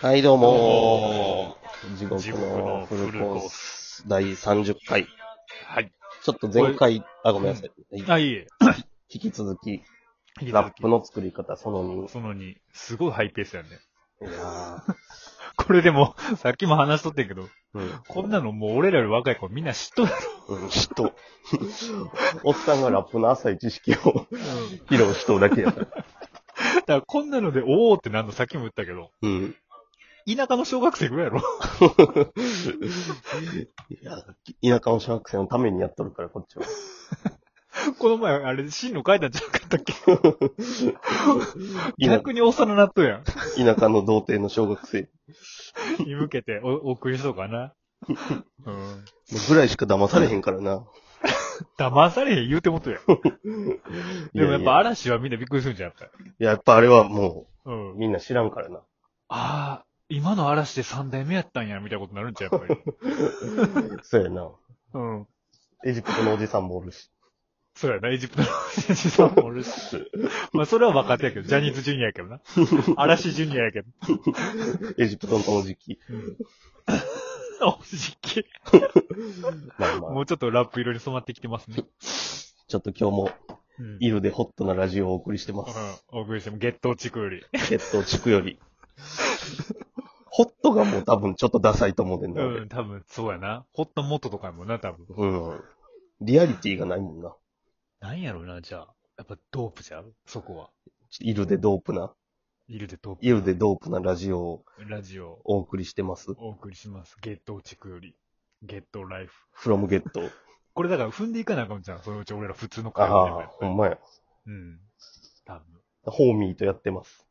はい、どうもお地獄地獄ののフフルルココーース第30回。はい。ちょっと前回、あ、ごめんなさい。あ、いえ。引き続き、引きラ続ップの作り方そのき。その2、すごいハイペースやね。 2。いやこれでも、 さっきも話しとってんけど、ーこんなのもう俺らより若い子みんな知っとる。うん。うん、人。 おっさんがラップの浅い知識を 披露しとうだけやから。だからこんなので、おーってなんのさっきも言ったけど、うん。田舎の小学生ぐらいやろ。 いや、田舎の小学生のためにやっとるから、こっちは。この前、あれ、進路書いたんじゃなかったっけ田逆に幼なっとやん。田舎の童貞の小学生に向けてお、お送りしそうかな。うん。ぐらいしか騙されへんからな。騙されへん言うてもとやん。でもやっぱ嵐はみんなびっくりするんじゃん、やっぱり。いや、やっぱあれはもう。うんみんな知らんからな。ああ、今の嵐で3代目やったんや、みたいなことになるんちゃうやっぱり。そうやな。うん。エジプトのおじさんもおるし。そうやな、エジプトの 選手さんもおるし。まあ、それは若手やけど、 ジャニーズジュニアやけどな。嵐ジュニアやけど。 エジプトのこの時期。おじき。まあまもあ、うちょっとラップ色に染まってきてますね。ちょっと今日も、うん。イルでホットなラジオをお送りして ます。うん。お送りしても、ゲット地区より。血糖地区より。ホットがもう多分ちょっとダサいと思うねんな。うん、多分、そうやな。ホットモットとかやもんな、多分。うん。リアリティがないもんな。なんやろうな、じゃあ。やっぱドープじゃんそこは。イルでドープな、いるでドープ。イルでドープなラジオをラジオ、お送りしてます。お送りします。ゲット地区より。ゲットライフ。フロムゲット。これだから踏んでいかなあかんじゃん。そのうち俺ら普通のあ会話あ、でほもんまや。うん。多分。ホーミーとやってます。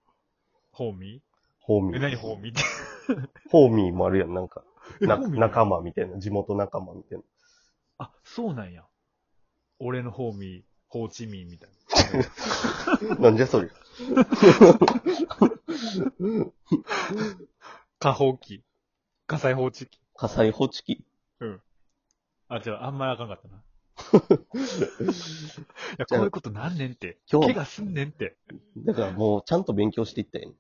ホーミホーミーえ、ー。何ホーミーって。ホーミーもあるやん、なんか。えなホーミー仲間みたいな、地元仲間みたいな。あ、そうなんや。俺のホーミー、ホーチミンみたい なんじゃそれ。な。火砲機。火災放置機。 火災報知器。あ、違う、あんまりあかん かったな。いや、じゃあこういうことなんねんって。今日怪我すんねんって。だからもうちゃんと勉強していったやん。と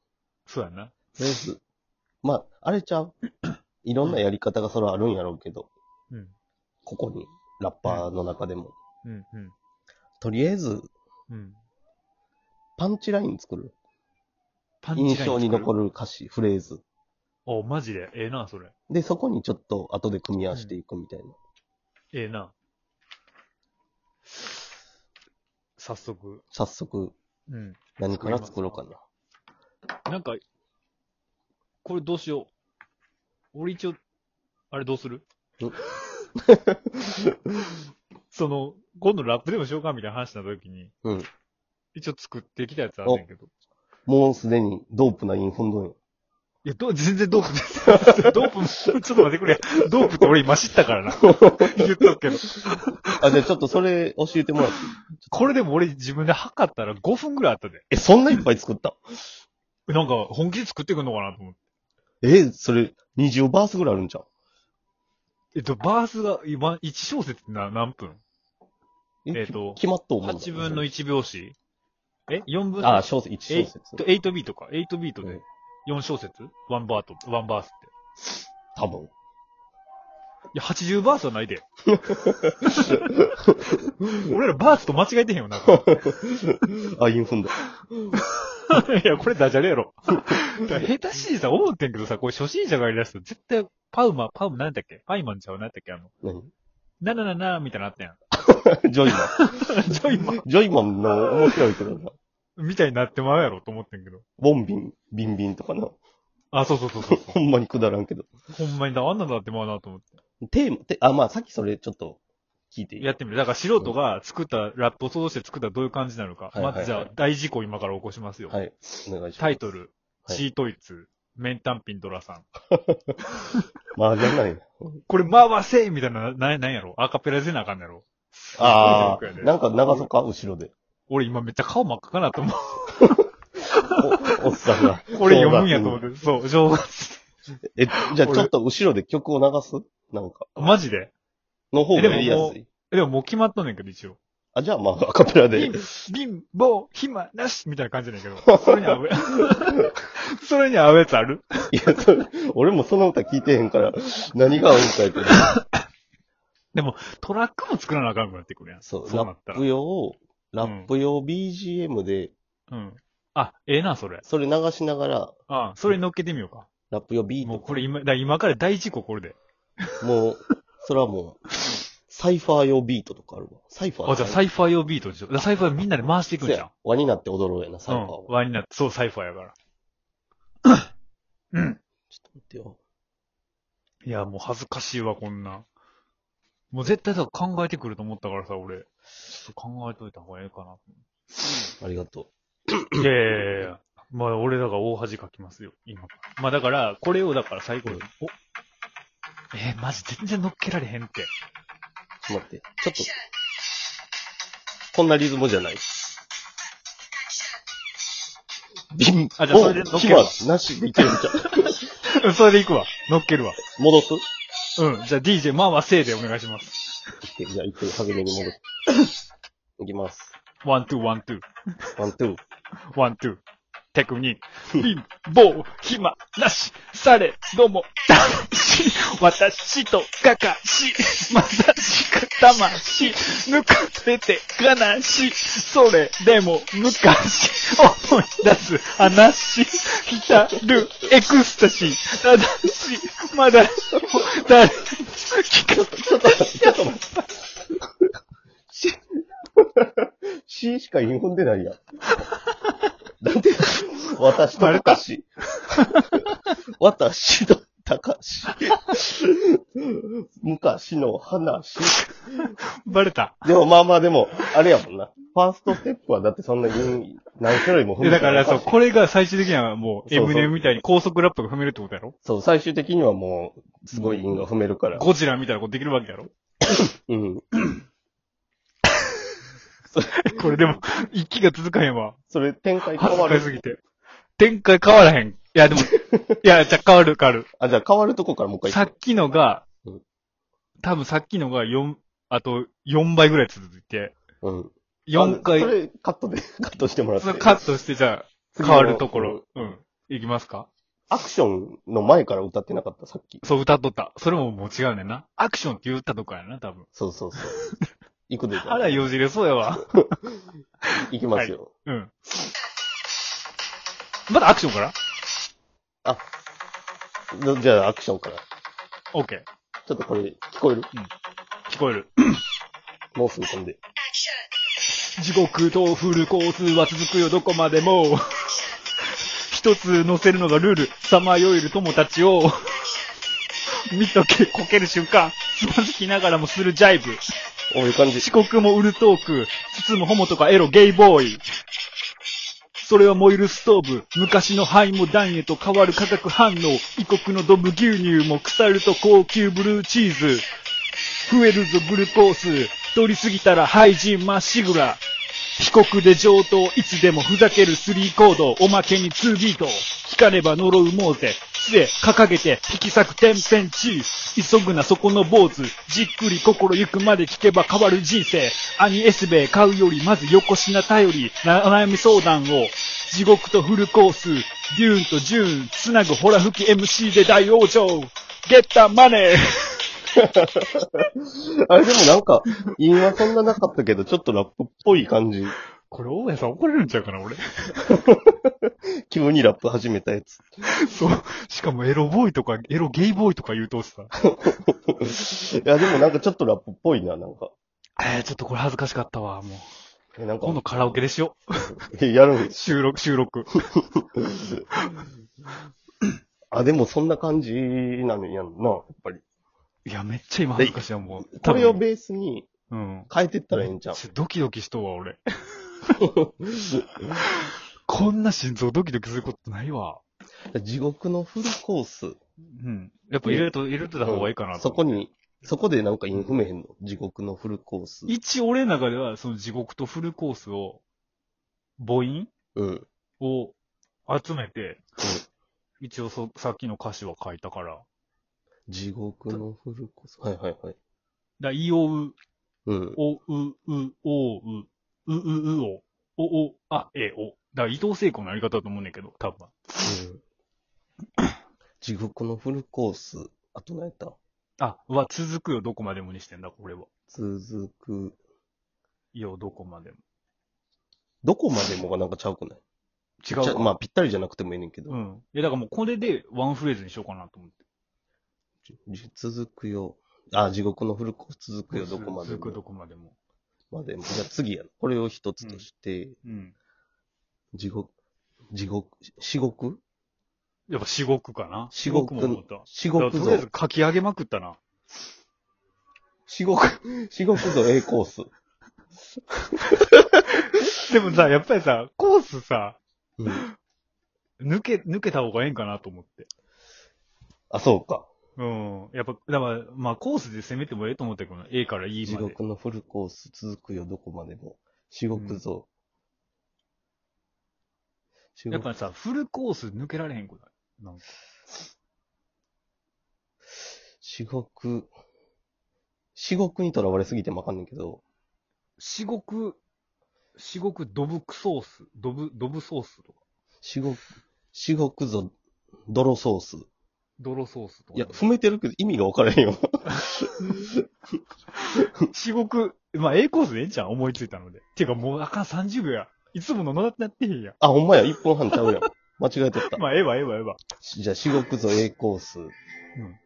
そうやな。りあえず、まあ、あれち ゃう。いろんなやり方がそれはあるんやろうけど、うん。ここに、ラッパーの中でも。うん、うん。とりあえず、うん。パンチライン作る。パ印象に残る。る歌詞、フレーズ。お、マジで。ええな、それ。で、そこにちょっと後で組み合わせていくみたいな。ええな。早速。早速、うん。何から作ろうかな。なんか、これどうしよう。俺一応、あれどうするん その、今度ラップでもしようかみたいな話になった時に、うん。一応作ってきたやつあるんだけど。もうすでにドープなインフン ドンやいや、どう全然ドープ です。ドープ、ちょっと待ってくれ。ドープって俺今知ったからな。 言っとくけど。あ、じゃあちょっとそれ教えてもらって。これでも俺自分で測ったら5分ぐらいあったで。え、そんないっぱい作ったなんか本気で作ってくんのかなと思って。え、それ、20バースぐらいあるんじゃん。えっと、バースが今、1小節ってな何分えっとき決まった思う。 ?8 分の1拍子え ?4 分のあ、小説、1小説。 8ビートか。8ビートうでん4小節 ?1 バート、1バースって。多分。いや、80バースはな いで。俺らバースと間違えてへんよ、な んか。 あ、インフンだ。いや、これダジャレやろ。だから下手しいさ、思ってんけどさ、これ初心者がやりだすと絶対パウマ、パウマなんだっけパイマンちゃうなんだっけあの、何 ななななみたいなのあったやん。ジョイマ ジョイマンン。ジョイマンの面白いけどな。みたいになってまうやろと思ってんけど。ボンビン、ビンビンとかな。あ、そうそうそうそう。ほんまにくだらんけど。ほんまにだ、あんなのだってまうなと思って。テーマ、てあ、まあさっきそれちょっと聞いていいやってみる。だから素人が作った、ラップを想像して作ったらどういう感じになるか。はいはいはいまずじゃあ、大事故今から起こしますよ。はい。お願いします。タイトル、はいチートイツ、メンタンピンドラさん。まあじゃ ない。これ、まわせみたいな、な、なんやろアカペラせなあかんのやろあすごいあ、ねなんか長そか、後ろで。俺今めっちゃ顔真っ赤かな と思お、おっさんが。う。 これ読むんやと思って。そう、正月。え、じゃあちょっと後ろで曲を流すなんか。マジでの方がえでもやりやすい。でももう決まっとんねんけど、一応。あ、じゃあまあ、アカペラで。貧乏、暇なしみたいな感じなんやけ ど。それに合う。 それに合うやつあるいや、それ、俺もその歌聞いてへんから、何が合うんかやけど。トラックも作らなあかんくなってくるやん。そう、そうラなったッらプ。用、ラップ用 BGM で、うん。あ、ええな、それ。それ流しながら、あそれ乗っけてみようか。ラップ用 B もうとこれ今、だから今から大事故これで。もう、それはもう、サイファー用ビートとかあるわ。サイファーあ、じゃあサイファー用ビートでしょ。だからサイファーみんなで回していくんそじうゃんや。輪になって踊ろうやな、サイファーは。うん。ワになって、そう、サイファーやから。うん。ちょっと待ってよ。いや、もう恥ずかしいわ、こんな。もう絶対だから考えてくると思ったからさ、俺。ちょっと考えといた方がええかな。ありがといやいやいやいや。まあ、俺だから大恥かきますよ、今から。まあ、だから、これをだから最後に。おえー、マジ全然乗っけられへんって。う。ちょっと待って。ちょっと。こんなリズムじゃない。ビン、あじゃあそれで乗っけようお暇なしでいけるんじゃん。うんそれでいくわ。乗っけるわ。戻すうん。じゃあ DJ、まあまあせいでお願いします。じゃあ一回初めに戻す。 いきます。ワン、ツー、ワン、ツー。ワン、ツー。ワン、ツー。テクニック。貧乏、暇、なし、され、ども、だし、私と、かかし、まさしく、魂、抜かれて、悲しい、それ、でも、昔、思い出す、話、浸る、エクスタシー、ただし、まだ、誰にも聞かちょっと待って、ちょっと待って。C、C しか言い込んでないやん。なんで、私と高し。私と高し。昔の話。バレた。でもまあまあでも、あれやもんな。ファーストステップはだってそんなに何種類も踏で、むだからそう、そう。これが最終的にはもう、そうそう M ネみたいに高速ラップが踏めるってことやろそう、最終的にはもう、すごい因が踏めるから。ゴジラみたいなことできるわけやろうん。 これでも、息が続かへんわ。それ展開恥変わずかしする。ぎて。展開変わらへん。いや、でも、いや、じゃあ変わる変わあ、じゃあ変わるとこからもうる。一さ回。っきのがうん、多分さっきのが4、あと4倍ぐらい続いて、うん。 4あそ回、れカットで、 カットしてもらってそ。れカットして、じゃあ変わるところ、うん。いきますかアクションの前から歌ってなかった、さっき。そう、歌っとった。それももう違うねんな。アクションって言ったとこやな、多分。そうそう そう。行くでいいかあら、よじれそうやわ。行きますよ。うん。まだアクションからどじゃあ、アクションから。ち ?OK。ょっとこれ、聞こえる聞こえる。もうすぐ飛んで。地獄とフルコースは続くよ、どこまでも。 一つ乗せるのがルール、さまよえる友たちを。 見とけ、こける瞬間、つまずきながらもするジャイブ。おいい感じ。遅刻もウルトーク、包むホモとかエロ、ゲイボーイ。それは燃えるストーブ、昔の灰も暖へと変わる化学反応、異国のドブ牛乳も腐ると高級ブルーチーズ。増えるぞグルコース、通り過ぎたら廃人まっしぐら。被告で上等、いつでもふざける3コード、おまけに2ビート。光れば呪うもうぜ、杖掲げて、引き裂く天変地異。急ぐなそこの坊主、じっくり心ゆくまで聞けば変わる人生。兄エスベイ買うよりまず横品頼り、なお悩み相談を。地獄とフルコース、デューンとジューン、つなぐホラ吹き MC で大往生。ゲッタマネーあれでもなんか、韻はそんななかったけど、ちょっとラップっぽい感じ。これ、大家さん怒られるんちゃうかな、俺。急にラップ始めたやつ。そう。しかもエロボーイとか、エロゲイボーイとか言うとさ。いや、でもなんかちょっとラップっぽいな、なんか。えー、ちょっとこれ恥ずかしかったわ、もう。え、なんか今、度カラオケでしよう。えやるん収録、収録。あ、でもそんな感じなのやんな、やっぱり。いや、めっちゃ今恥ずかしいわ、もう。これを分ベースにうん。変えてったらええんちゃうちょドキドキしとうわ、俺。こんな心臓ドキドキすることないわ。地獄のフルコース。うん。やっぱ入れと、入れてた方がいいかなと、そこに、そこでなんかインフメへんの。地獄のフルコース。一応俺の中では、その地獄とフルコースを、母音うん。を集めて、一応そ、さっきの歌詞は書いたから。地獄のフルコース。はいはいはい。だ、いおう、 うん。お、う、う、おう、う、う、う、う、お、お、お、あ、え、お。だから伊藤聖子のやり方だと思うねんけど、多分。うん地獄のフルコース、あと何やったあ、は続くよ、どこまでもにしてんだ、これは。続く、よ、どこまでも。どこまでもがなんかちゃうくない違ちゃうか。まあぴったりじゃなくてもいいねんけど、うん。え、だからもうこれでワンフレーズにしようかなと思って。じ続くよ。あ、地獄のフルコース続くよ、どこまで続くども。こまでも。までも。じゃあ次やな。これを一つとして、うん。地獄、地獄、至極やっぱ至極かな。至極も思った。至だから極とりあえずぞ。書き上げまくったな。至極、 至極ぞ A コース。でもさ、やっぱりさ、コースさ、うん。抜け、抜けた方がええんかなと思って。あ、そうか。うん。やっぱ、だから、まあコースで攻めてもええと思ったけどな、A から E 地まで。獄のフルコース続くよ、どこまでも。至極ぞ。至や極っぱさ、フルコース抜けられへんことなんか至極、至極にとらわれすぎてもわかんないけど、至極、至極ドブクソース、ドブ、ドブソースとか、至極、至極ぞ、泥ソース。泥ソースとか。いや、踏めてるけど意味がわからへんよ。 至極、まあ A コースでええんちゃん思いついたので。ていうかもうあかん30秒や。いつものなってなってへんや。あ、ほんまや、1分半ちゃ うやん。間違えとった。まあええわええわええわ。じゃあ、至極ぞ A コース。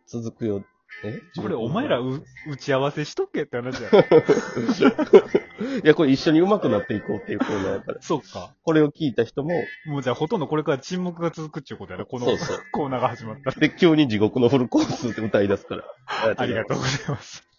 続くよ。えこれお前らう打ち合わせしとけって話 や。いや、これ一緒に上手くなっていこうっていうコーナーやから。そうか。これを聞いた人も、もうじゃあほとんどこれから沈黙が続くっていうことやな。このそうそうコーナーが始まったら。で、急に地獄のフルコースって歌い出すから。ありがとうございます。